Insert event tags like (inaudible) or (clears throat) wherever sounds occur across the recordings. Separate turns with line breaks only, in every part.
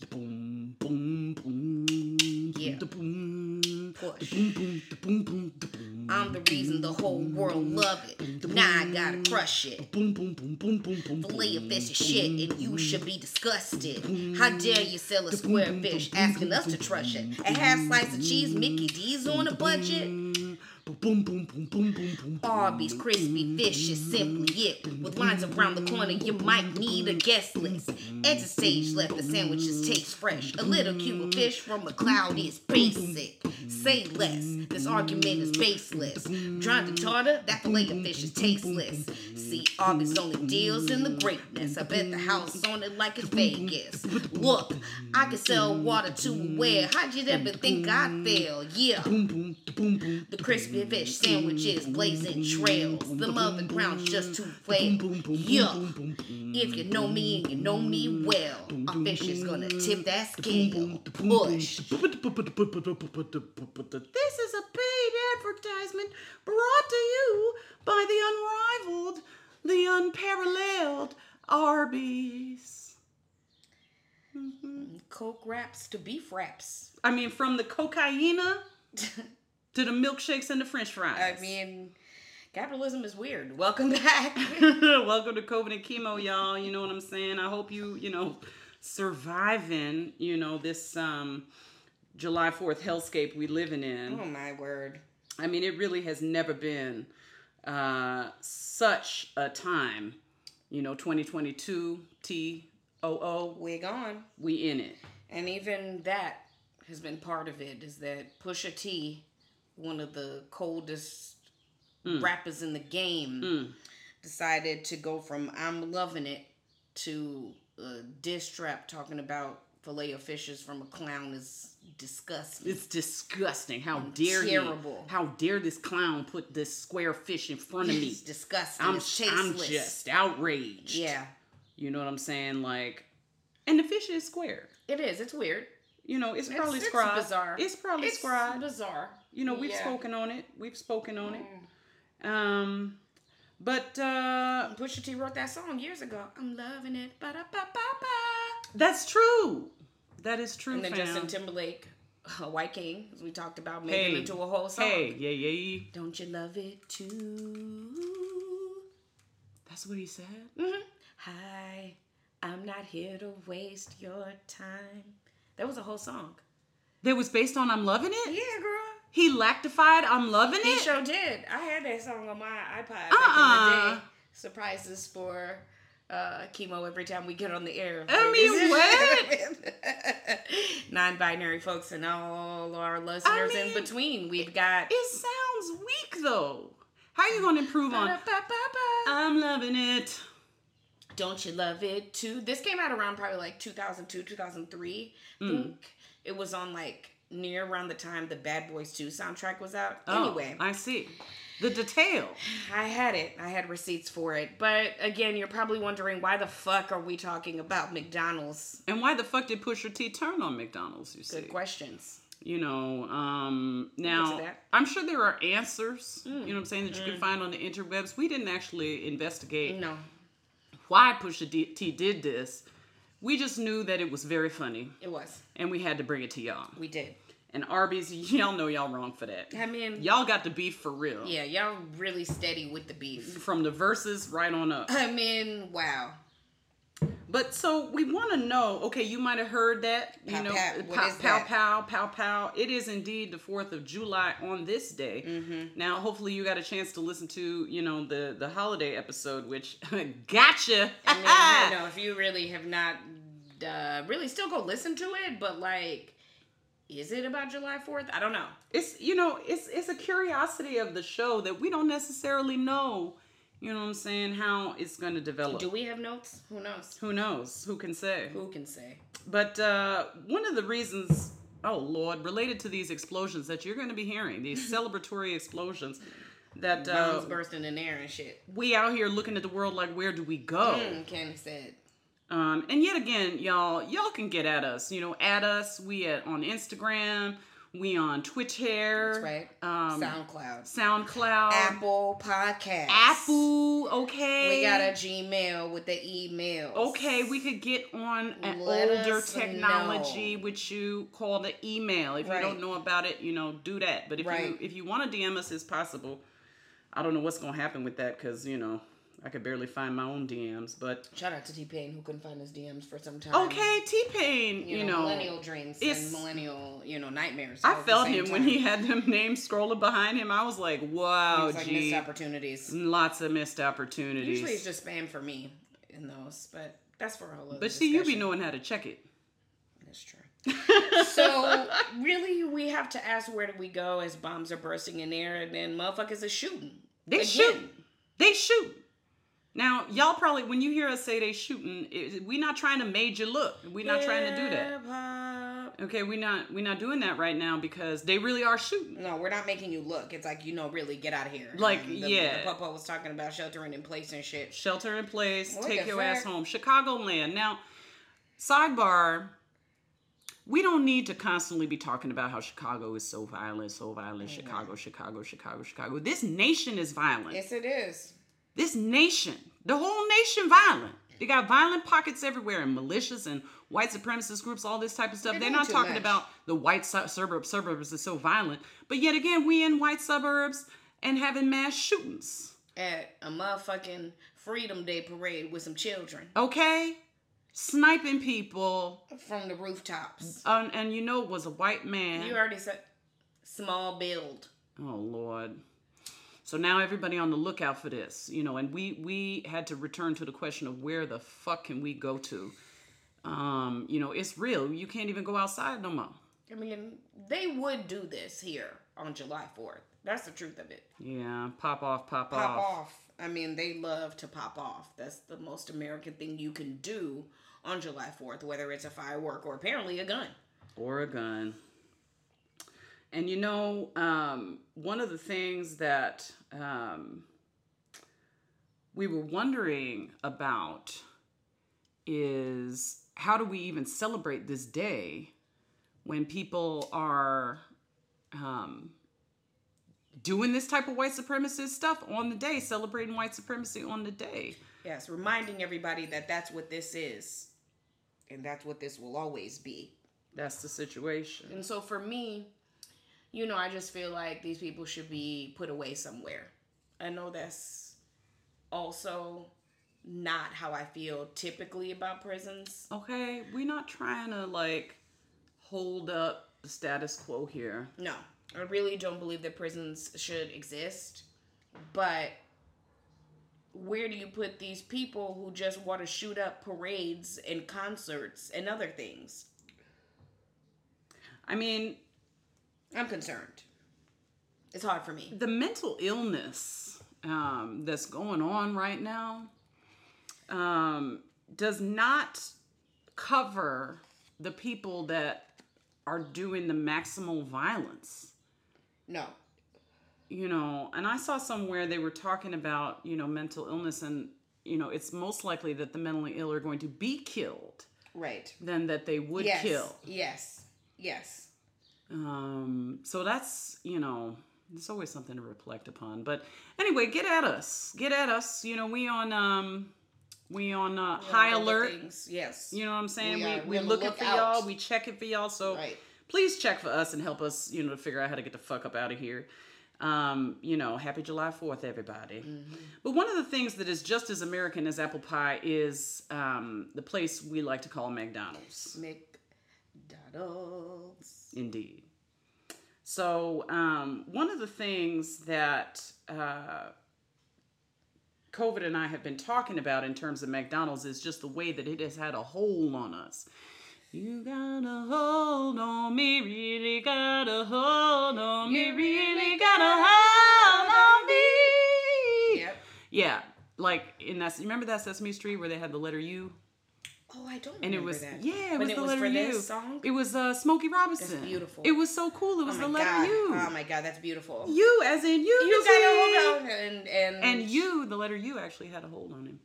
The boom, boom, boom, boom,
Yeah.
the boom, the
Push.
boom, boom, the boom, boom, the boom.
I'm the reason the whole world love it. Now I gotta crush it.
Boom, boom, boom, boom, boom, boom.
Fillet of
boom,
fish is shit, and you should be disgusted. How dare you sell a square fish asking us to trust it? A half slice of cheese, Mickey D's on a budget?
boom, boom, boom, boom, boom, boom, boom.
Arby's crispy fish is simply it. With lines around the corner, you might need a guest list. At the stage left, the sandwiches taste fresh. A little cube of fish from McLeod is basic. Say less, this argument is baseless. Dried to tartar, that fillet of fish is tasteless. See, Arby's only deals in the greatness. I bet the house on it like it's Vegas. Look, I can sell water to a whale. How'd you ever think I'd fail? Yeah.
Boom, boom, the boom, boom.
The crispy fish sandwiches blazing trails. The mother ground's just too flat. Yuck. If you know me and you know me well, a fish is gonna tip that scale. Push.
This is a paid advertisement brought to you by the unrivaled, the unparalleled Arby's.
Coke wraps to beef wraps. (laughs)
I mean, from the cocaina to the milkshakes and the french
I
fries.
mean, capitalism is weird. Welcome (laughs) back.
(laughs) Welcome to COVID and chemo, y'all. You know what I'm saying? I hope you, you know, surviving, you know, this um July 4th hellscape we living in.
oh my word.
I mean, it really has never been uh, such a time. You know, 2022, T O O,
Wig on.
we in it.
And even that has been part of it is that Pusha T, one of the coldest rappers in the game,
Mm,
decided to go from I'm loving it to a diss trap talking about filet of fishes from a clown is disgusting.
It's disgusting. How dare
terrible.
you? How dare this clown put this square fish in front of me?
It's disgusting.
I'm,
it's
I'm
tasteless.
just outraged.
Yeah,
You know what I'm saying? Like, and the fish is square.
it is. It's weird.
You know, it's probably
it's
scribed.
bizarre.
It's probably
It's
scribed.
bizarre.
You know, we've
Yeah. Mm.
spoken on it. We've spoken on it. Um, but uh,
Pusha T wrote that song years ago. I'm loving it. Ba-da-ba-ba-ba.
That's true. That is true.
And then
fam.
Justin Timberlake, uh, White King, as we talked about, made
Hey,
him into a whole song.
hey, yeah, yeah, yeah.
Don't you love it too?
That's what he said. Mm-hmm.
Hi, I'm not here to waste your time. That was a whole song.
That was based on I'm loving it.
Yeah, girl.
He lactified I'm loving
He
it.
sure did. I had that song on my iPod back in the
Uh-uh.
day. Surprises for uh, chemo every time we get on the air.
I mean,
(laughs) what? Non-binary folks and all our listeners in
mean,
between. We've got
it sounds weak though. How you gonna improve on?
Ba-da-ba-ba-ba.
I'm loving it.
Don't You Love It too. This came out around probably like 2002, 2003. I
Mm.
think it was on like near around the time the Bad Boys 2 soundtrack was out.
Oh,
anyway, I-,
I see. The detail.
had it. I had receipts for it. But again, you're probably wondering why the fuck are we talking about McDonald's?
And why the fuck did Pusher T turn on McDonald's? You see.
Good questions.
you know um
to
now
that. Mm.
i'm sure there are answers you know what i'm saying that you can find on the interwebs we didn't actually investigate
No.
why pusha D- t did this we just knew that it was very funny
It was.
and we had to bring it to y'all
We did.
and arby's (laughs) y'all know y'all wrong for that
I mean,
y'all got the beef for real
yeah, y'all really steady with the beef.
from the verses right on up
(laughs) I mean, wow.
But so we want to know. Okay, you might have heard that. You
Pow,
know,
pow.
uh,
What
pow,
is
pow,
that?
pow, pow, pow. It is indeed the Fourth of July on this day.
Mm-hmm.
Now, hopefully, you got a chance to listen to you know the the holiday episode, which (laughs) gotcha. (laughs)
I mean, you know, if you really have not, uh, really still go listen to it, but like, is it about July 4th? I don't know.
It's you know it's it's a curiosity of the show that we don't necessarily know. You know what I'm saying? How it's going to develop.
Do we have notes? Who knows?
Who knows? Who can say?
Who can say?
But uh, one of the reasons, oh Lord, related to these explosions that you're going to be hearing,
(laughs)
these celebratory explosions, that uh,
Bombs bursting in air and shit.
we out here looking at the world like, where do we go?
Mm, Candy said.
Um, and yet again, y'all, y'all can get at us. You know, at us. We at on Instagram. We on Twitch Hair.
That's right.
Um,
SoundCloud.
SoundCloud.
Apple Podcasts.
Apple. Okay.
We got a Gmail with the emails.
Okay, we could get on an
Let
older
us
technology,
know.
which you call the email. If you
Right.
don't know about it, you know, do that. But if you
Right.
if you want to DM us, it's possible. I don't know what's gonna happen with that because you know I could barely find my own DMs. But
Shout out to T Pain who couldn't find his DMs for some time.
okay, T Pain,
You,
you
know,
know.
millennial dreams
it's-
and millennial, you know, nightmares.
I
all at the
felt
same
him
time.
when he had them (laughs) names scrolling behind him. I was like,
It
wow,
was like
gee.
missed opportunities.
Lots of missed opportunities.
Usually it's just spam for me in those, but that's for all of
but see, you be knowing how to check it. (laughs)
That's true. so really, we have to ask where do we go as bombs are bursting in air and then motherfuckers are shooting.
They
Again.
shoot. They shoot. Now, y'all probably when you hear us say they shooting, it, we're not trying to major look. We're not trying to do that.
Hip hop.
Okay, we're not we're not doing that right now because they really are shooting.
No, we're not making you look. It's like you know, really get out of here.
Like,
the,
yeah.
the papa was talking about sheltering in place and shit.
Shelter in place,
What
take
the
your
frick?
ass home. Chicagoland. Now, sidebar. We don't need to constantly be talking about how Chicago is so violent, so violent. Chicago, Chicago, Chicago, Chicago. This nation is violent.
Yes, it is.
this nation, the whole nation violent. They got violent pockets everywhere and militias and white supremacist groups, all this type of stuff.
They're
They're
doing
not
too
talking
much.
about the white su- suburb, suburbs are so violent. But yet again, we in white suburbs and having mass shootings.
At a motherfucking Freedom Day parade with some children
Okay? Sniping people.
from the rooftops.
Um, and you know it was a white man.
You already said small build.
Oh Lord. So now everybody on the lookout for this, you know, and we we had to return to the question of where the fuck can we go to? Um, you know, it's real. You can't even go outside no more.
I mean, they would do this here on July 4th. That's the truth of it.
Yeah, pop off, pop,
Pop
off.
off. I mean, they love to pop off. That's the most American thing you can do on July 4th, whether it's a firework or apparently a gun.
or a gun. And you know, um, one of the things that um, we were wondering about is how do we even celebrate this day when people are um, doing this type of white supremacist stuff on the day, celebrating white supremacy on the day?
Yes, reminding everybody that that's what this is. And that's what this will always be.
That's the situation.
And so for me, you know, I just feel like these people should be put away somewhere. I know that's also not how I feel typically about prisons.
okay, we're not trying to like hold up the status quo here.
No, I really don't believe that prisons should exist. But where do you put these people who just want to shoot up parades and concerts and other things?
I mean,
I'm concerned. It's hard for me.
the mental illness um, that's going on right now um, does not cover the people that are doing the maximal violence.
No.
you know, and I saw somewhere they were talking about, you know, mental illness and, you know, it's most likely that the mentally ill are going to be killed
Right.
than that they would
yes.
kill.
Yes. Yes.
Um, so that's, you know, it's always something to reflect upon. But anyway, get at us. Get at us. You know, we on um we on uh, high
All the
alert.
Things. Yes.
You know what I'm saying?
We
We,
are-
we,
we on the
looking for
lookout.
y'all, we checking for y'all. So
Right.
please check for us and help us, you know, to figure out how to get the fuck up out of here. Um, you know, happy July 4th, everybody.
Mm-hmm.
But one of the things that is just as American as apple pie is um, the place we like to call McDonald's.
McDonald's.
Indeed. So, um, one of the things that uh, COVID and I have been talking about in terms of McDonald's is just the way that it has had a hold on us. You got a hold on me, really got a hold on me,
You
really
really
got a
got a
hold on me.
Yep.
Yeah, like in that. Remember that Sesame Street where they had the letter U,
Oh, I don't
and
remember
it was
that.
yeah, it
But
was
it
the
was
letter
for
U.
this song?
It was uh, Smokey Robinson.
beautiful.
It was so cool. It was
oh
the
my
letter
God.
U.
Oh my god, that's beautiful.
you as in you. E.
You
You
got a hold on and and
And you, the letter U, actually had a hold on him.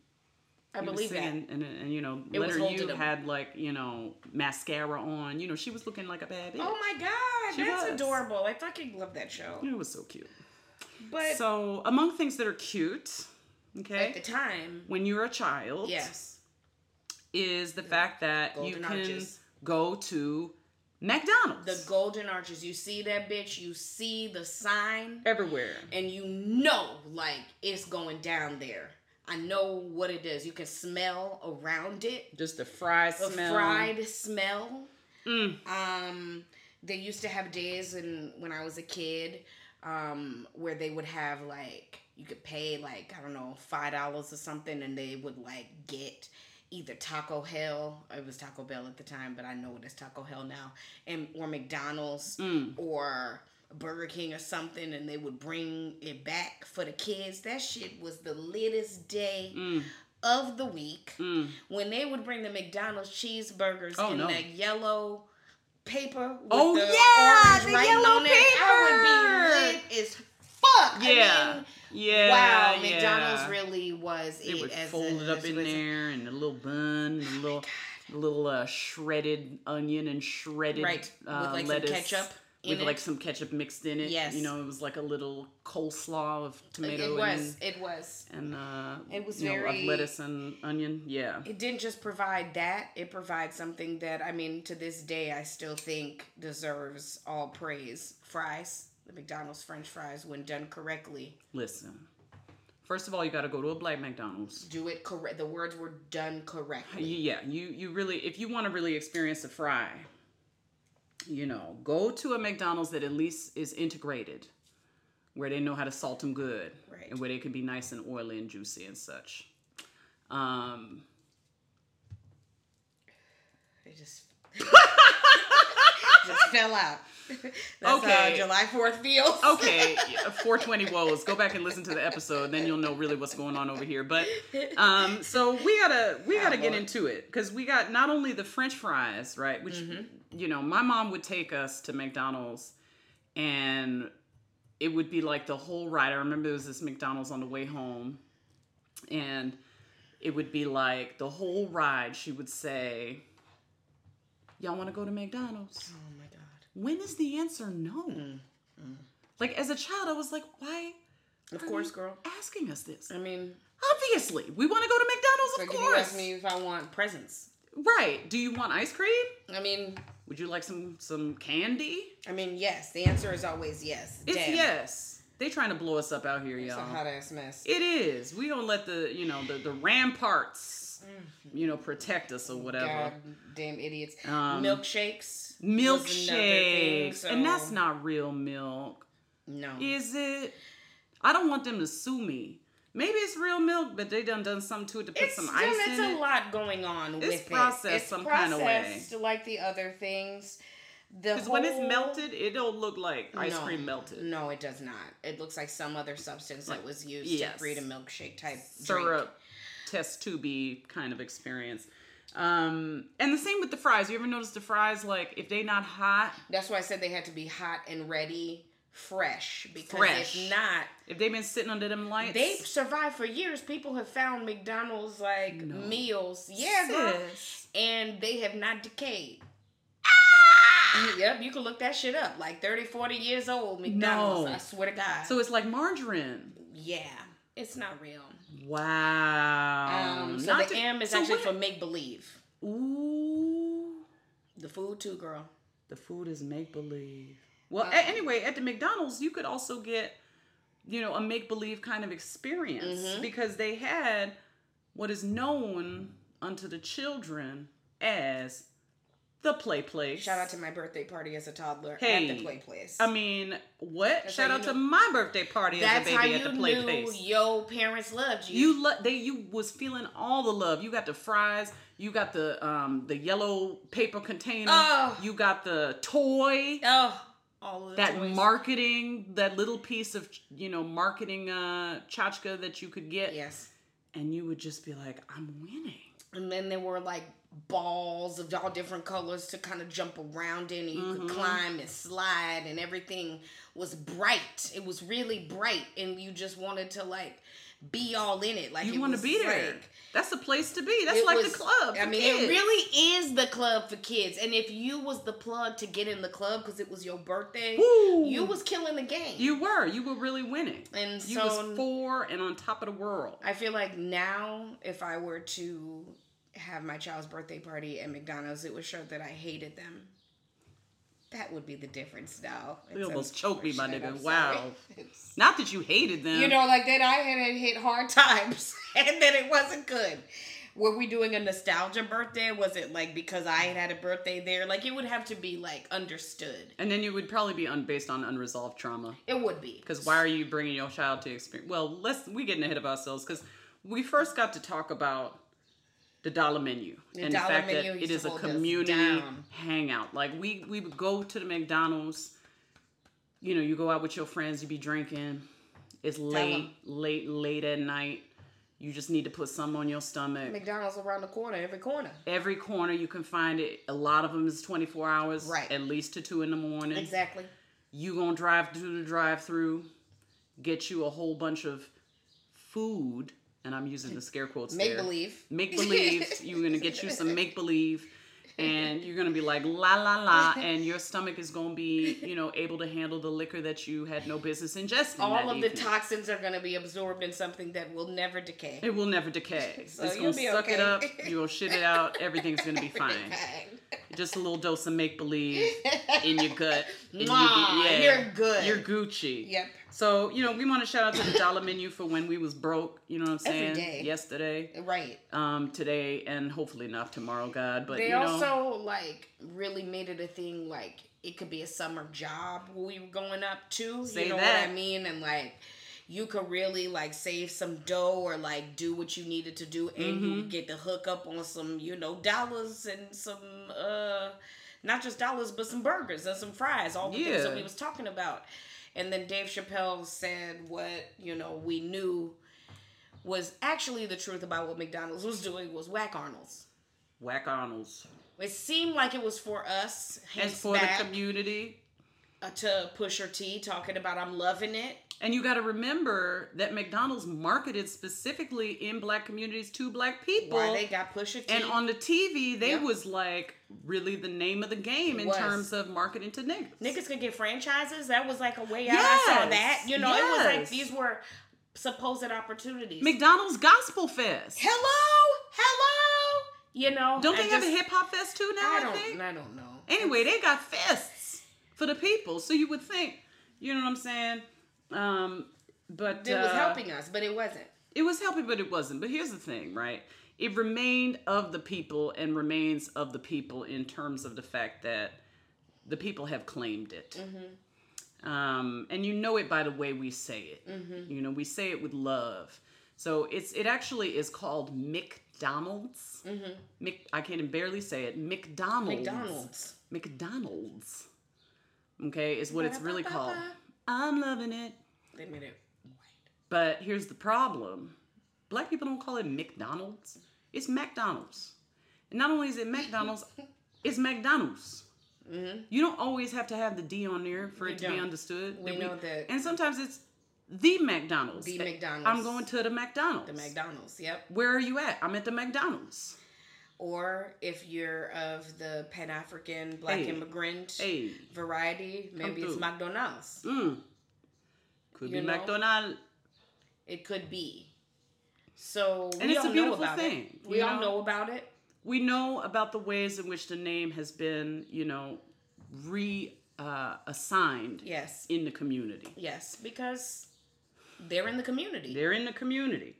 I
he was
believe that.
singing, And, and, you know,
It was
Letter
holding
U
him.
had like you know mascara on. You know, she was looking like a bad bitch.
Oh my god,
She
that's
was.
adorable. I fucking love that show.
It was so cute.
But
So among things that are cute,
at
okay,
the time,
when you're a child,
yes.
is the fact that you
Golden
can
arches.
go to McDonald's
The Golden Arches. You see that bitch, you see the sign,
everywhere.
and you know like it's going down there. I know what it is. You can smell around it.
Just the fried
The
smell.
fried smell.
Mm.
Um, they used to have days in, when I was a kid um, where they would have like, you could pay like, I don't know, $5 or something, and they would like get either Taco Hell, it was Taco Bell at the time, but I know it is Taco Hell now, and or McDonald's
Mm.
or Burger King or something, and they would bring it back for the kids. That shit was the latest day
Mm.
of the week
Mm.
when they would bring the McDonald's cheeseburgers
Oh,
in
no.
that yellow paper with
Oh,
the
yeah,
orange
the
writing
yellow
on it, I would be lit as fuck. I
Yeah.
mean,
Yeah.
wow,
yeah.
McDonald's really was
They
it
would
as
fold
a, Oh
it up in
as a-
there, and a little bun, and a little, a little uh, shredded onion and shredded
right
uh,
with like
lettuce
some ketchup in
with
it.
like some ketchup mixed in it.
Yes.
you know, it was like a little coleslaw of
it,
tomato
was it was
and and uh,
It was
you know, of
very-
lettuce and onion. Yeah,
it didn't just provide that it provides something that i mean to this day i still think deserves all praise fries the mcdonald's french fries when done correctly
listen. First of all, you got to go to a black McDonald's.
do it correct. The words were done correctly.
Yeah, you you really if you want to really experience a fry, you know, go to a McDonald's that at least is integrated, where they know how to salt them good,
Right.
and where they can be nice and oily and juicy and such. Um, (laughs)
It just just fell out. That's
Okay.
how July Fourth feels.
okay, yeah, 420 woes. Go back and listen to the episode, then you'll know really what's going on over here. But um, so we gotta we gotta get
Lord.
into it because we got not only the French fries, right? Which you know, my mom would take us to McDonald's, and it would be like the whole ride. I remember there was this McDonald's on the way home, and it would be like the whole ride. She would say, "Y'all want to go to McDonald's?"
Oh my god.
when is the answer no?
Mm,
Like as a child, I was like, why
Of course, girl.
asking us this?
I mean,
Obviously, we want to go to McDonald's,
like
of
if you
course.
ask me if I want presents,
right? Do you want ice cream?
I mean,
Would you like some some candy?
I mean, yes. The answer is always yes.
It's
Damn.
yes. They trying to blow us up out here,
It's a
y'all.
hot ass mess.
It is. We don't let the you know the the ramparts
Mm-hmm.
you know protect us or whatever.
God damn idiots.
Um,
Milkshakes. was another thing,
Milkshakes, and that's
so-
not real milk.
no.
Is it? I don't want them to sue me. Maybe it's real milk, but they done done something to it to put
it's
some
still-
ice
it's
in
a
it.
lot going on with it.
processed some kinda way.
processed like the other things. The
Because when it's
whole-
melted, it don't look like ice
No.
cream melted.
No, it does not. It looks like some other substance that was used
yes.
to create a milkshake type
Syrup, test tubey kind of experience. Um, and the same with the fries. You ever notice the fries like if they not hot,
Drink. That's why I said they had to be hot and ready, fresh. Because
Fresh.
if not,
if they been sitting under them lights?
they survived for years. People have found McDonald's like meals. Yeah, girl.
Sis.
and they have not decayed. Yep, you can look that shit up. Like 30, 40 years old, McDonald's.
Ah! No.
I swear to God.
So it's like margarine.
yeah, it's not real.
Wow.
Um, so
Not
the
to-
M is
so
actually
what-
for make believe.
Ooh.
The food too, girl.
The food is make believe. Well,
Uh-huh.
a- anyway, at the McDonald's, you could also get, you know, a make believe kind of experience
Mm-hmm.
because they had what is known unto the children as the play place.
Shout out to my birthday party as a toddler
Hey,
at the play place.
I mean, what? Shout
how
out
you
to
knew-
my birthday party as a
That's
baby
how
at
you
the play
knew
place.
your parents loved you.
You lo- they you was feeling all the love. You got the fries. You got the um the yellow paper container.
Oh.
You got the toy.
oh, all of the
that
toys.
marketing that little piece of you know marketing uh chachka that you could get
Yes,
and you would just be like i'm winning
and then there were like balls of all different colors to kind of jump around in, and you
Mm-hmm.
could climb and slide, and everything was bright. It was really bright, and you just wanted to like. be all in it. Like
You
it
want to
was
be there.
like-
That's the place to be. That's
it
like
was-
the club.
I
for
mean, it
kids.
really is the club for kids. And if you was the plug to get in the club because it was your birthday,
Woo.
you was killing the game.
You were. You were really winning.
And
you
so-
was four and on top of the world.
I feel like now, if I were to have my child's birthday party at McDonald's, it would show that I hated them. That would be the difference, though.
You almost
It's
choked me, my
unfortunate.
nigga.
I'm
Wow.
sorry. (laughs) It's-
Not that you hated them.
You know, like that I had had hit hard (laughs) times and that it wasn't good. Were we doing a nostalgia birthday? Was it like because I had had a birthday there? Like it would have to be like understood.
And then you would probably be un- based on unresolved trauma.
It would be.
Because why are you bringing your child to experience? Well, let's we getting ahead of ourselves because we first got to talk about the dollar menu
The
and the
dollar
fact that
menu
it
used
is
to
a
hold us
community
down.
hangout. Like we we would go to the McDonald's. You know, you go out with your friends, you be drinking. It's late,
'em.
late, late at night. You just need to put some on your stomach.
McDonald's around the corner, every corner.
Every corner you can find it. A lot of them is twenty four hours,
Right.
At least to two in the morning
Exactly.
you gonna drive through the drive through get you a whole bunch of food and i'm using the scare quotes
Make
there.
believe.
make believe you're gonna get you some make believe and you're gonna be like la la la and your stomach is gonna be you know able to handle the liquor that you had no business ingesting
All
that
of the
evening.
toxins are going to be absorbed in something that will never decay.
it will never decay
(laughs) So
it's
you'll
gonna
be
suck it
okay.
up you're gonna shit it out everything's gonna be
(laughs)
fine
Fine.
just a little dose of make believe in your gut
(laughs)
and you
Mwah,
be-
you're good.
you're gucci
Yep.
So, you know, we want to shout out to the dollar menu for when we was broke, you know what I'm
Every
saying?
day.
Yesterday,
Right. um,
um, today, and hopefully not tomorrow, God. But
They
you know
also like really made it a thing like it could be a summer job when we were going up to.
Say
you know
that.
what I mean? And like you could really like save some dough or like do what you needed to do and you
Mm-hmm.
would get the hook up on some, you know, dollars and some uh not just dollars but some burgers and some fries, all the things
Yeah.
that we was talking about. And then Dave Chappelle said what, you know, we knew was actually the truth about what McDonald's was doing was whack Arnold's.
whack Arnold's.
It seemed like it was for us,
And
hence
for
back
the community.
uh, to Pusher T talking about I'm loving it.
And you got to remember that McDonald's marketed specifically in black communities to black people.
Why they got Pusher T?
and on the TV, they
Yep.
was like really the name of the game in
was.
terms of marketing to niggas.
niggas could get franchises. That was like a way out. I
Yes,
saw that. You know, it was
yes.
like these were supposed opportunities.
McDonald's Gospel Fest.
hello, hello. You know,
Don't they
I
have a
just-
hip hop fest too now?
I
I,
don't.
think?
I don't know.
Anyway, they got fests for the people. So you would think, you know what I'm saying? Um, but
it was
uh,
helping us, but it wasn't.
It was helping, but it wasn't. But here's the thing, right? It remained of the people and remains of the people in terms of the fact that the people have claimed it.
Mm-hmm.
Um, and you know it by the way we say it. You know, we say it with love. So it's it actually is called McDonald's. Mc, I can barely say it. McDonald's.
Mm-hmm. McDonald's.
McDonald's. Okay, is what it's really called. I'm loving it.
They made it.
But here's the problem black people don't call it McDonald's, it's McDonald's. And not only is it
(laughs)
McDonald's, it's McDonald's.
Mm-hmm.
You don't always have to have the D on there for it to be
don't.
understood.
We know that-
And sometimes it's the McDonald's.
The
Uh,
McDonald's.
I'm going to the McDonald's.
The McDonald's. Yep.
Where are you at? I'm at the McDonald's.
Or if you're of the Pan African black
Hey.
immigrant
Hey.
variety, maybe it's
through.
McDonald's.
Mm. Could
You
be
know?
McDonald's.
It could be. So we
And it's
all
a beautiful
know about
thing,
It. We
you
all
know?
know about it.
we know about the ways in which the name has been, you know, re uh, assigned
Yes.
in the community.
Yes, because they're in the community.
They're in the community.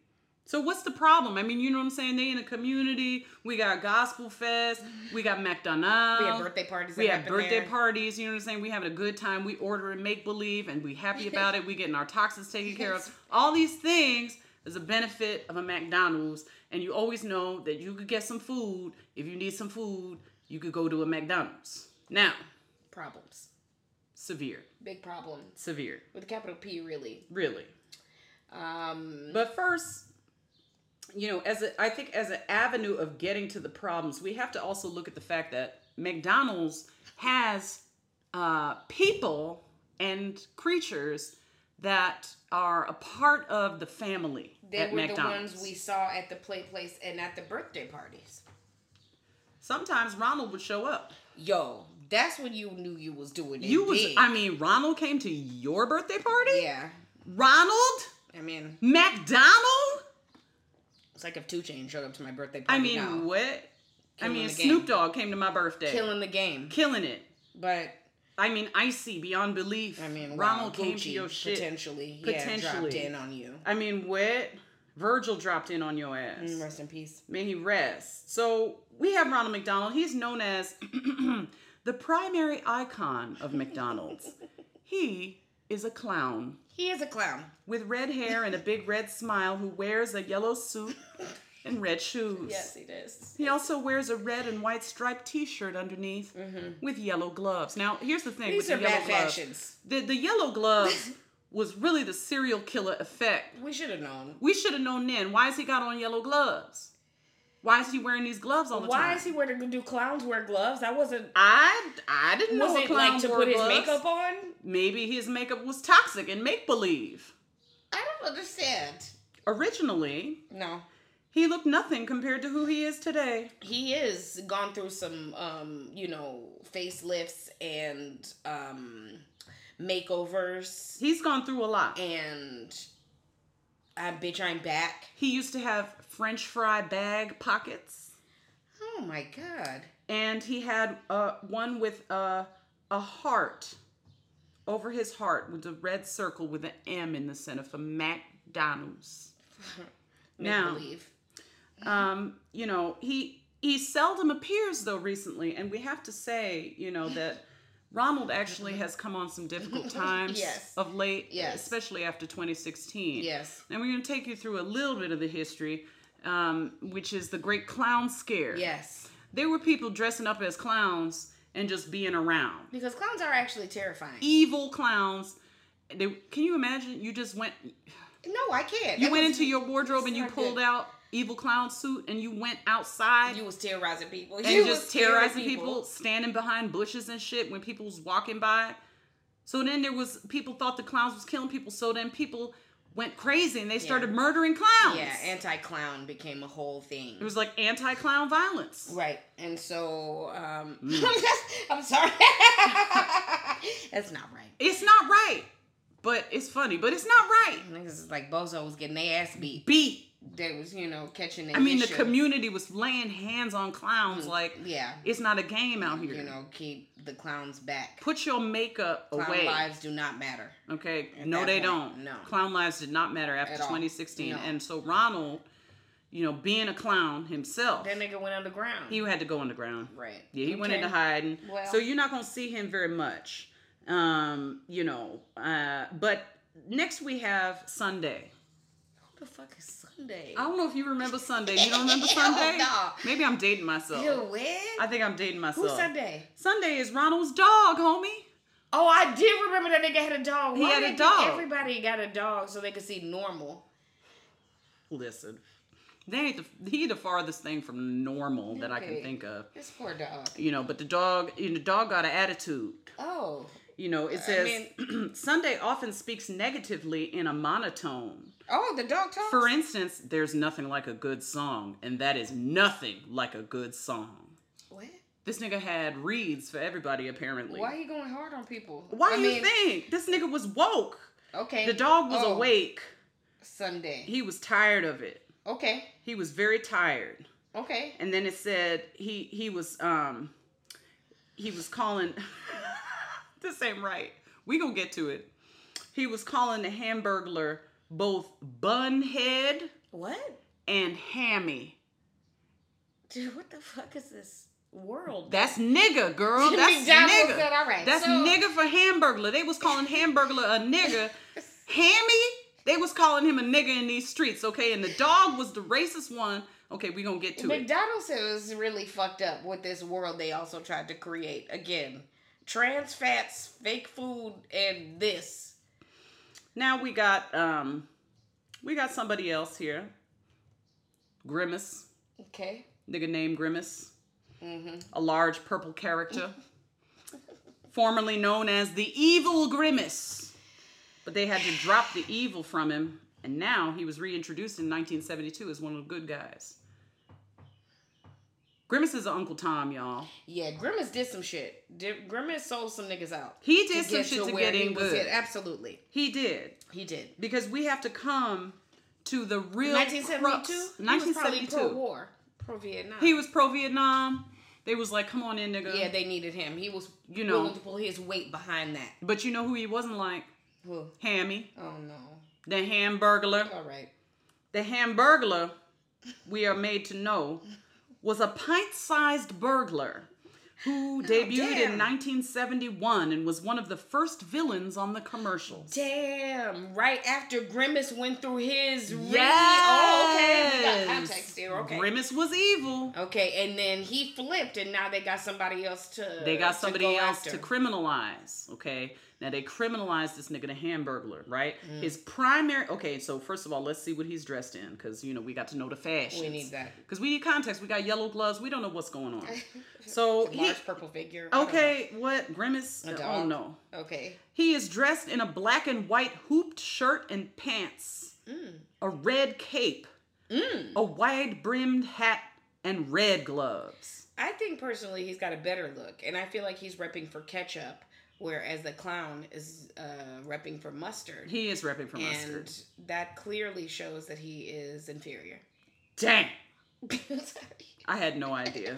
So what's the problem? I mean, you know what I'm saying? They in the community. We got Gospel Fest. We got McDonald's.
we have birthday parties.
uh, We
that
have
happen
birthday
there.
parties. You know what I'm saying? We having a good time. We ordering make believe and we happy about it. We getting our toxins taken care of. All these things is a benefit of a McDonald's, and you always know that you could get some food if you need some food. You could go to a McDonald's. Now,
Problems.
severe,
Big problems.
severe,
With a capital P, really.
really.
Um,
But first, you know, as a, I think as an avenue of getting to the problems, we have to also look at the fact that McDonald's has uh, people and creatures that are a part of the family
They
at
were
McDonald's.
the ones we saw at the play place and at the birthday parties.
Sometimes Ronald would show up.
Yo, that's when you knew you was doing it.
You was
big.
I mean, Ronald came to your birthday party?
yeah.
Ronald?
I mean,
McDonald?
it's like if Two Chain showed up to my birthday
I
party.
mean,
now.
what?
Oh, Killing
I mean,
the game.
Snoop Dogg came to my birthday. Killing,
killing the game.
it.
But
I mean, icy beyond belief.
I mean,
Ronald
wow,
came
Gucci
to your shit.
potentially. Yeah, dropped
Potentially.
in on you.
I mean, what? Virgil dropped in on your ass.
Mm, Rest in peace.
May he rest. So we have Ronald McDonald. He's known as (clears throat) the primary icon of
(laughs)
McDonald's. he is a clown
He is a clown.
with red hair and a big red smile who wears a yellow suit and red shoes.
he does.
He also wears a red and white striped T-shirt underneath with yellow gloves. Now, here's the thing
Mm-hmm. These
with
are
the yellow
bad
gloves.
fashions.
The, the yellow
(laughs)
gloves was really the serial killer effect.
We should have known.
We should have known then. Why has he got on yellow gloves? Why is he wearing these gloves all the time?
Why is he wearing? Do clowns wear gloves? I wasn't.
I I didn't know
Was
a
it
clown
like to
wore
put his
gloves.
makeup on?
Maybe his makeup was toxic and make believe.
I don't understand.
Originally,
No,
he looked nothing compared to who he is today.
he is gone through some, um, you know, facelifts and um, makeovers,
He's gone through a lot.
and I bitch, I'm back.
He used to have French fry bag pockets.
Oh my god.
and he had uh, one with uh, a heart over his heart with a red circle with an M in the center for McDonald's.
(laughs) Make
Now-
believe.
Um, you know, he he seldom appears though recently, and we have to say, you know,
(laughs)
that Ronald actually has come on some difficult times
Yes.
of late,
Yes.
especially after 2016.
Yes.
And we're going to take you through a little bit of the history, um, which is the Great Clown Scare.
Yes.
There were people dressing up as clowns and just being around.
Because clowns are actually terrifying.
Evil clowns. They, can you imagine? You just went.
No, I can't.
You
That
went
was-
into your wardrobe and
it's
you
not
pulled
good.
out evil clown suit and you went outside
You was terrorizing people.
and
you
just
was scaring
terrorizing people. standing behind bushes and shit when people was walking by. So then there was people thought the clowns was killing people. So then people went crazy and they started murdering clowns.
Yeah, anti-clown became a whole thing.
it was like anti-clown violence.
Right, and so um,
Mm.
(laughs) I'm sorry. (laughs) That's not right.
It's not right, but it's funny. But it's not right.
Niggas is like Bozo was getting their ass beat.
Beat.
They was you know catching. Their
I mean, the
issue.
community was laying hands on clowns. Like,
Yeah,
it's not a game out here.
Mm. you know keep the clowns back.
Put your makeup
Clown
away.
lives do not matter.
Okay.
At
No,
that
they
point,
don't.
no.
Clown lives did not matter after
At all.
2016.
No.
And so Ronald, you know, being a clown himself,
That nigga went underground.
he had to go underground.
right.
Yeah, he went
Okay.
into hiding.
Well-
So you're not gonna see him very much. Um, you know. Uh, but next we have Sunday.
Who the fuck is Sunday?
I don't know if you remember Sunday. You don't remember Sunday?
(laughs) no.
Maybe I'm dating myself.
Ew, what?
I think I'm dating myself.
Who's Sunday?
Sunday is Ronald's dog, homie.
Oh, I did remember that nigga had a dog.
He
Why
had a
they think
dog.
Everybody got a dog so they could see normal.
Listen, they ain't the, he the farthest thing from normal that I can
Okay.
think of.
This poor dog.
You know, but the dog, you know, the dog got an attitude.
Oh,
You know, it
I
says (clears throat) Sunday often speaks negatively in a monotone.
oh, the dog talks.
For instance, there's nothing like a good song, and that is nothing like a good song.
what?
This nigga had reads for everybody apparently.
Why are you going hard on people?
Why
I
do you
mean,
think this nigga was woke?
Okay.
The dog was
Oh,
awake.
Sunday.
He was tired of it.
okay.
He was very tired.
Okay.
and then it said he he was um he was calling (laughs) this ain't right we gonna get to it he was calling the hamburglar both bunhead
What?
and hammy
Dude, what the fuck is this world?
that's nigga girl that's
McDonald's
nigga
said, all right,
that's
so-
nigga for hamburglar they was calling hamburglar a nigga hammy they was calling him a nigga in these streets okay and the dog was the racist one okay we gonna get to it
McDonald's is really fucked up with this world they also tried to create. Again, trans fats, fake food, and this.
Now we got um we got somebody else here. Grimace,
Okay.
nigga named Grimace.
Mm-hmm.
A large purple (laughs) character. formerly known as the evil Grimace. But they had to drop the evil from him, and now he was reintroduced in 1972 as one of the good guys. Grimace is an Uncle Tom, y'all.
Yeah, Grimace did some shit. Did, Grimace sold some niggas out.
He did some
get
shit to
where
get
he
in
was
good.
at. Absolutely,
He did.
he did.
Because we have to come to the real
1972.
crux-
He was probably
1972.
pro-war, pro-Vietnam.
He was pro Vietnam. They was like, come on in, nigga.
yeah, they needed him. He was
You know.
willing to pull his weight behind that.
But you know who he wasn't like?
Who?
Hammy,
Oh no.
the Hamburglar.
All right.
The Hamburglar, we are made to know, was a pint sized burglar
(laughs)
who debuted in
Oh, damn.
1971 and was one of the first villains on the commercials.
Damn! Right after Grimace went through his re- Oh, okay. We
Yes!
got context here. Okay.
Grimace was evil.
Okay, and then he flipped, and now they got somebody else to.
They got
to
somebody
go
else
after.
to criminalize. Okay. Now they criminalized this nigga, the hamburglar, right?
Mm.
His primary. Okay, so first of all, let's see what he's dressed in, because you know we got to know the fashion.
We need that.
Because we need context. We got yellow gloves. We don't know what's going
(laughs)
on. So he,
large purple figure. I don't
okay, what grimace? Oh no.
dog. know. Okay.
He is dressed in a black and white hooped shirt and pants,
Mm.
a red cape, a wide brimmed hat, and red gloves.
I think personally he's got a better look, and I feel like he's repping for ketchup, whereas the clown is uh, repping for mustard.
He is repping for
and
mustard.
that clearly shows that he
(laughs)
is inferior. (laughs)
Dang.
it's
I had no idea.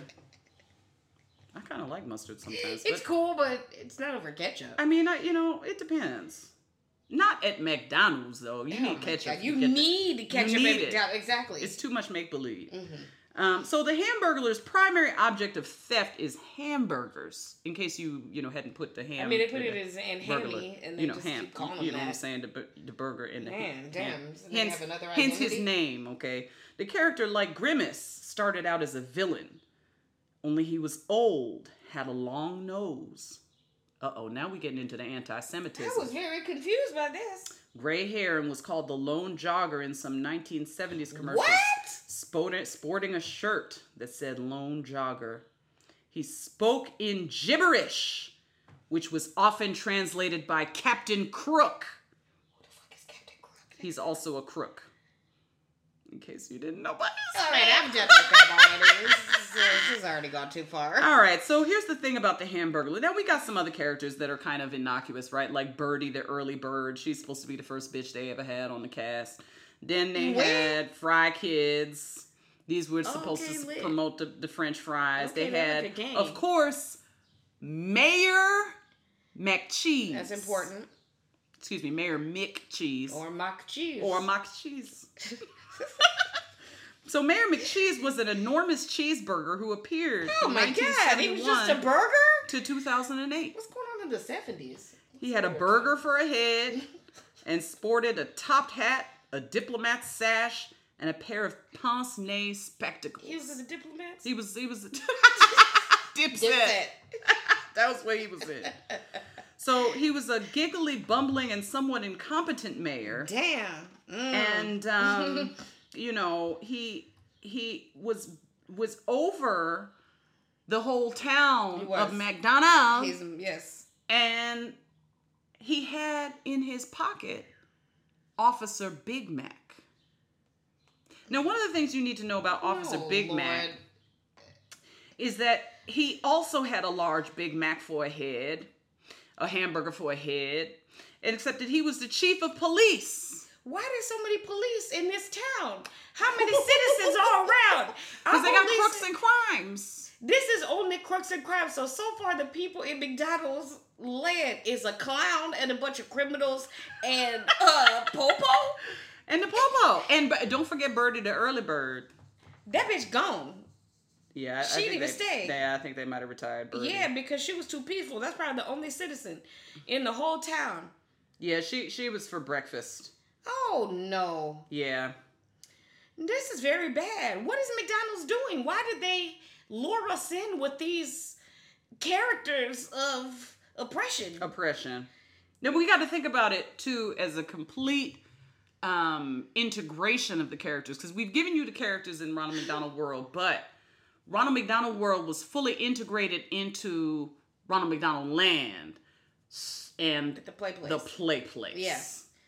I kind of like mustard sometimes. but
cool, but it's not over ketchup.
I mean, I, you know, it depends. Not at McDonald's though. You need ketchup.
Oh you
to get the-
need Mm. ketchup.
need
and-
it.
yeah, Exactly. Mm-hmm.
It's too much make believe. Um, so the hamburglar's primary object of theft is hamburgers. In case you you know hadn't put the ham.
I mean, they put it as in hammy,
burglar,
and they
you know
just
ham.
keep calling
you
him
know what I'm
that.
saying? The, bur- the burger in the
Man,
ham.
damn.
Ham.
So they
Hence,
have another
hence his
identity?
name. Okay, the character like Grimace started out as a villain, only he was old, had a long nose. Uh oh, now we're getting into the anti-Semitism
I was very confused by this.
gray hair and was called the lone jogger in some 1970s commercials.
What?
Sporting, sporting a shirt that said lone jogger. He spoke in gibberish, which was often translated by Captain Crook.
Who the fuck is Captain Crook?
He's also a crook. In case you didn't know about this.
All right, I'm done with that already. This is, uh, this has already gone too far.
All right, so here's the thing about the Hamburglar. Now we got some other characters that are kind of innocuous, right? Like Birdie, the early bird. She's supposed to be the first bitch they ever had on the cast. Then they
What?
had Fry Kids. These were supposed
Oh, Okay,
to
lit.
promote the, the French fries.
Okay,
they
that
had,
looked a gang.
of course, Mayor McCheese.
That's important.
Excuse me, Mayor Mick Cheese
Or mock cheese.
or mock cheese. so Mayor McCheese was an enormous cheeseburger who appeared.
(laughs) Oh
from
my god, he was just a
1971
burger?
to 2008.
What's going on in the 70s?
He had a burger for a
(laughs)
head and sported a topped hat, a diplomat sash, and a pair of pince nez
He was
spectacles.
a diplomat?
He was he was (laughs) dipset.
Dipset.
That was where he was in.
(laughs)
So he was a giggly, bumbling, and somewhat incompetent mayor.
Damn. Mm.
and
(laughs)
um, you know he he was was over the whole town
He
of
was.
McDonald's,
He's, yes.
and he had in his pocket Officer Big Mac. Now, one of the things you need to know about Officer
Oh,
Big Mac
Lord.
is that he also had a large Big Mac for a head, a hamburger for a head, and except that he was the chief of police.
Why there's so many police in this town? How
(laughs)
many citizens all around?
Because they got
I've only
crooks
seen-
and crimes.
This is only crooks and crime. So so far, the people in McDonald's land is a clown and a bunch of criminals and uh Popo.
And the popo. And but don't forget Birdie the early bird.
That bitch gone.
Yeah, I- I,
She
think
didn't even
they-
stay.
Yeah, I think they might have retired Birdie.
Yeah, because she was too peaceful. That's probably the only citizen in the whole town.
yeah. She she was for breakfast.
Oh no.
Yeah,
This is very bad. What is McDonald's doing? Why did they lure us in with these characters of oppression?
oppression. Now we got to think about it too as a complete um, integration of the characters because we've given you the characters in Ronald McDonald World, but Ronald McDonald World was fully integrated into Ronald McDonald Land. s- and
The play place.
the play place.
Yeah.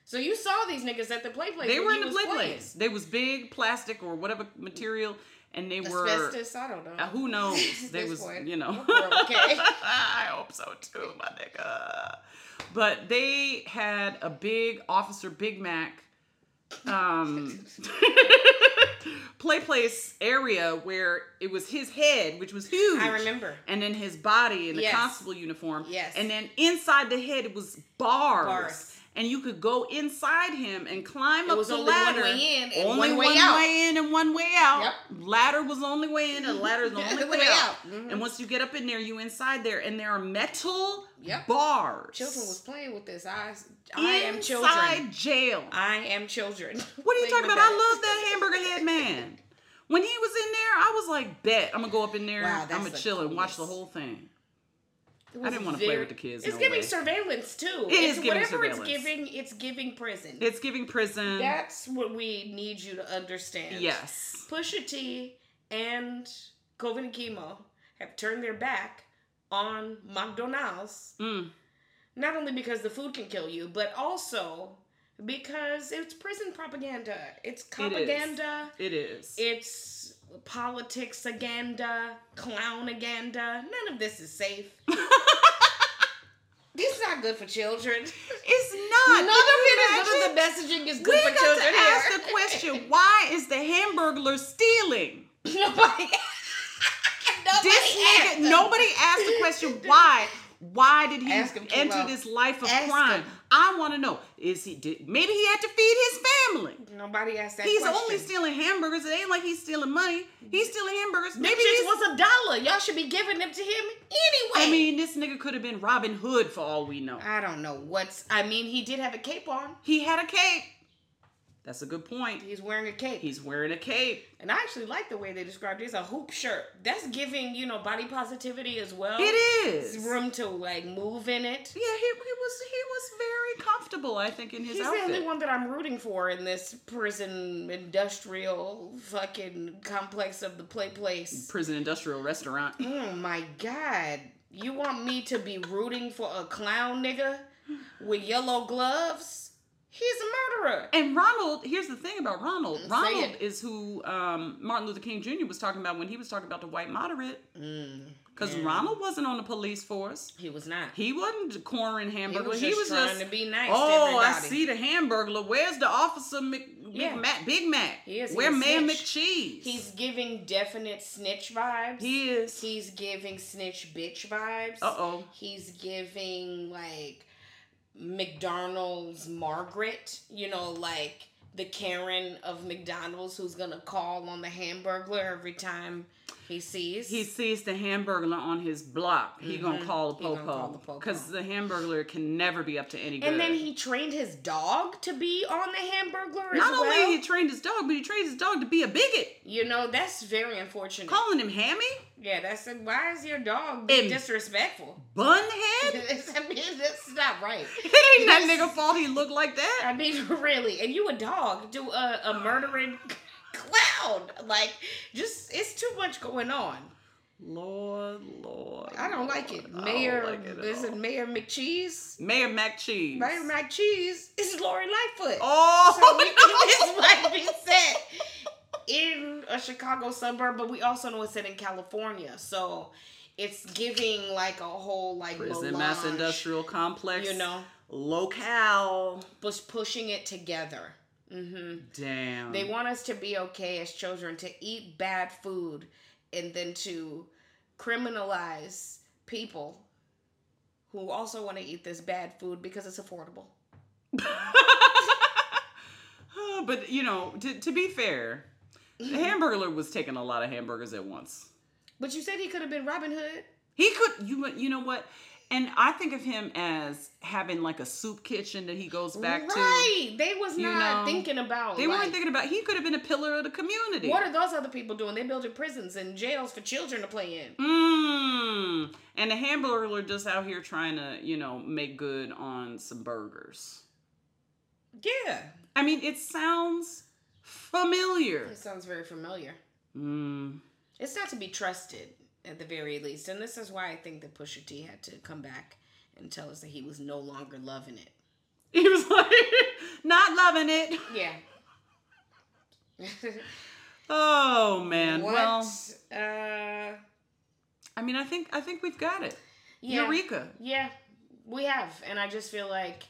so you saw these niggas at the play place.
They
when
were
you
in the
was
play
playing.
place. They was big plastic or whatever material, and they were
Asbestos. I don't know.
Uh, who knows?
(laughs) At
They
this
was,
point.
you know.
We're
(laughs)
okay.
I hope so too, my nigga. But they had a big Officer Big Mac um, (laughs) play place area where it was his head, which was huge.
I remember.
And then his body in the
Yes.
constable uniform.
Yes.
And then inside the head it was bars.
Bars.
And you could go inside him and climb up
was
the
only one
ladder.
way in and
only
one way out. (laughs)
way in and one way out. Ladder was the only way in and ladder
(laughs)
is the only way, out.
Mhm.
And once you get up in there, you inside there, and there are metal
Yep.
bars.
Children was playing with this. I, I
inside
am children.
jail.
I am children.
(laughs) what are you
Playing
talking
with
about? I love that hamburger head man. When he was in there, I was like, bet I'm gonna go up in there.
Wow,
I'm
that's
gonna
the
chill and watch the
coolest.
whole thing.
(laughs) It was
didn't wanna play with the kids,
It's
no
giving
way.
surveillance too.
It is
it's
giving
whatever
surveillance.
it's giving. It's giving prison.
It's giving prison.
That's what we need you to understand.
yes.
Pusha T and COVID and chemo have turned their back on McDonald's,
Mm.
not only because the food can kill you, but also because it's prison propaganda. It's propaganda.
It is.
It's politics agenda, clown agenda. None of this is safe. this is not good for children.
it's not.
None of
Can you
it is.
imagine?
None of the messaging is good
We
for
got to
children.
ask
here.
the question: Why is the hamburglar stealing?
(laughs) Nobody. (laughs) Nobody
This
asked
nigga,
them.
nobody asked the question why. Why did he
Ask him, Kimo.
enter this life of
Ask
crime?
him.
I want to know. Is he did maybe he had to feed his family?
Nobody asked that
He's
question.
only stealing hamburgers. It ain't like he's stealing money. He's stealing hamburgers.
Them
Maybe
shits
he's,
was a dollar. Y'all should be giving them to him anyway.
I mean, this nigga could have been Robin Hood for all we know.
I don't know what's. I mean, he did have a cape on.
He had a cape. That's a good point.
He's wearing a cape.
He's wearing a cape.
and I actually like the way they described it. It's a hoop shirt. That's giving, you know, body positivity as well.
It is.
There's
Yeah,
room to, like, move in it.
he, he was he was very comfortable. I think in his
He's
outfit.
the only one that I'm rooting for in this prison industrial fucking complex of the play place.
Prison industrial restaurant.
Oh my god. You want me to be rooting for a clown nigga with yellow gloves? He's a murderer.
And Ronald, here's the thing about Ronald.
Say
Ronald
it.
is who um, Martin Luther King Jr. was talking about when he was talking about the white moderate. Because Ronald wasn't on the police force.
Mm, He was not.
He wasn't cornering
He
hamburger.
was just
He was
trying
just,
to be nice
oh,
to
I
everybody.
see the hamburger. Where's the officer Mc,
Yeah.
McMa- Big Mac?
He is.
Where
He's a
Mayor
snitch.
McCheese?
He's giving definite snitch vibes.
he is.
He's giving snitch bitch vibes.
Uh oh.
He's giving like McDonald's Margaret, you know, like the Karen of McDonald's who's gonna call on the hamburglar every time he sees.
He sees the hamburger on his block. He gonna call the
Mm-hmm. He gonna call
popo
the popo.
because the hamburger can never be up to any good.
And then he trained his dog to be on the Hamburglar as
not
well.
only he trained his dog, but he trained his dog to be a bigot.
you know, that's very unfortunate.
calling him Hammy,
yeah, that's why is your dog being
Em-
disrespectful? (laughs) I
Bunhead.
mean, that's not right.
It (laughs) ain't that nigga fault he looked like that.
I mean, (laughs) really, and you a dog do a, a murdering (laughs) clown? Like, just it's too much going on.
Lord, Lord.
I don't like it.
Lord. I don't
Mayor,
like it at
is it
all.
Mayor McCheese?
Mayor Mac Cheese.
Mayor McCheese is Lori Lightfoot.
(laughs) Oh,
So we
(laughs)
(laughs) this might be set in a Chicago suburb, but we also know it's set in California. So it's giving like a whole like
prison
melange,
mass industrial complex.
you know,
locale.
was pushing it together. hmm
Damn. (laughs)
They want us to be okay as children to eat bad food and then to criminalize people who also want to eat this bad food because it's affordable. (laughs)
Oh, but you know, to, to be fair, the hamburger was taking a lot of hamburgers at once.
But you said he could have been Robin Hood.
He could you you know what? And I think of him as having like a soup kitchen that he goes back to.
right. They was
you
not
know,
thinking about.
They
like,
weren't thinking about he could have been a pillar of the community.
What are those other people doing? They building prisons and jails for children to play in.
Mmm. And the hamburger just out here trying to, you know, make good on some burgers.
Yeah,
I mean, it sounds familiar.
it sounds very familiar.
Mmm.
It's not to be trusted at the very least, and this is why I think that Pusha T had to come back and tell us that he was no longer loving it.
(laughs) He was like, not loving it.
Yeah.
Oh man.
what?
Well,
uh,
I mean, I think I think we've got it.
yeah.
Eureka.
Yeah, we have. And I just feel like,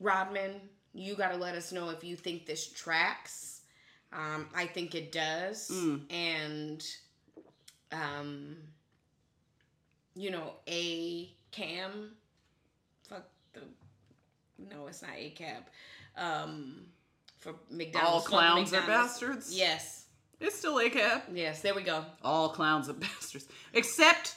Rodman, you got to let us know if you think this tracks. Um, I think it does.
Mm.
And, um, you know, A Cam, fuck the, no, it's not A Cab. Um, for McDonald's.
All
fuck
clowns are
McDonald's.
bastards.
Yes,
It's still a cap.
yes, there we go.
All clowns are (laughs) bastards. Except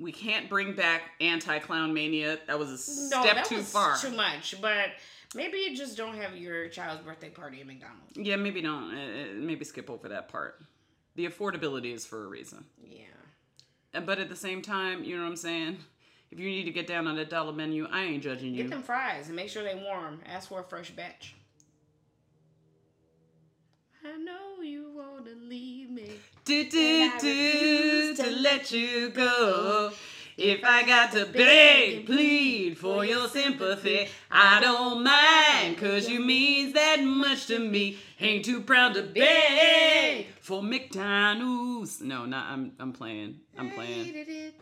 we can't bring back anti-clown mania. That was a
No,
step
that
too
was
far.
Too much, but maybe you just don't have your child's birthday party at McDonald's.
yeah, maybe don't. uh, uh, Maybe skip over that part. The affordability is for a reason.
Yeah.
Uh, But at the same time, you know what I'm saying? If you need to get down on that dollar menu, I ain't judging you.
Get them fries and make sure they warm. Ask for a fresh batch. I know you wanna leave me.
Do, do,
And I
do,
refuse
to
to
let you go. If I got to beg, plead for your sympathy, I don't mind, cause you means that much to me. Ain't too proud to beg for McDonald's. No, not, I'm, I'm playing. I'm playing.
Hated it.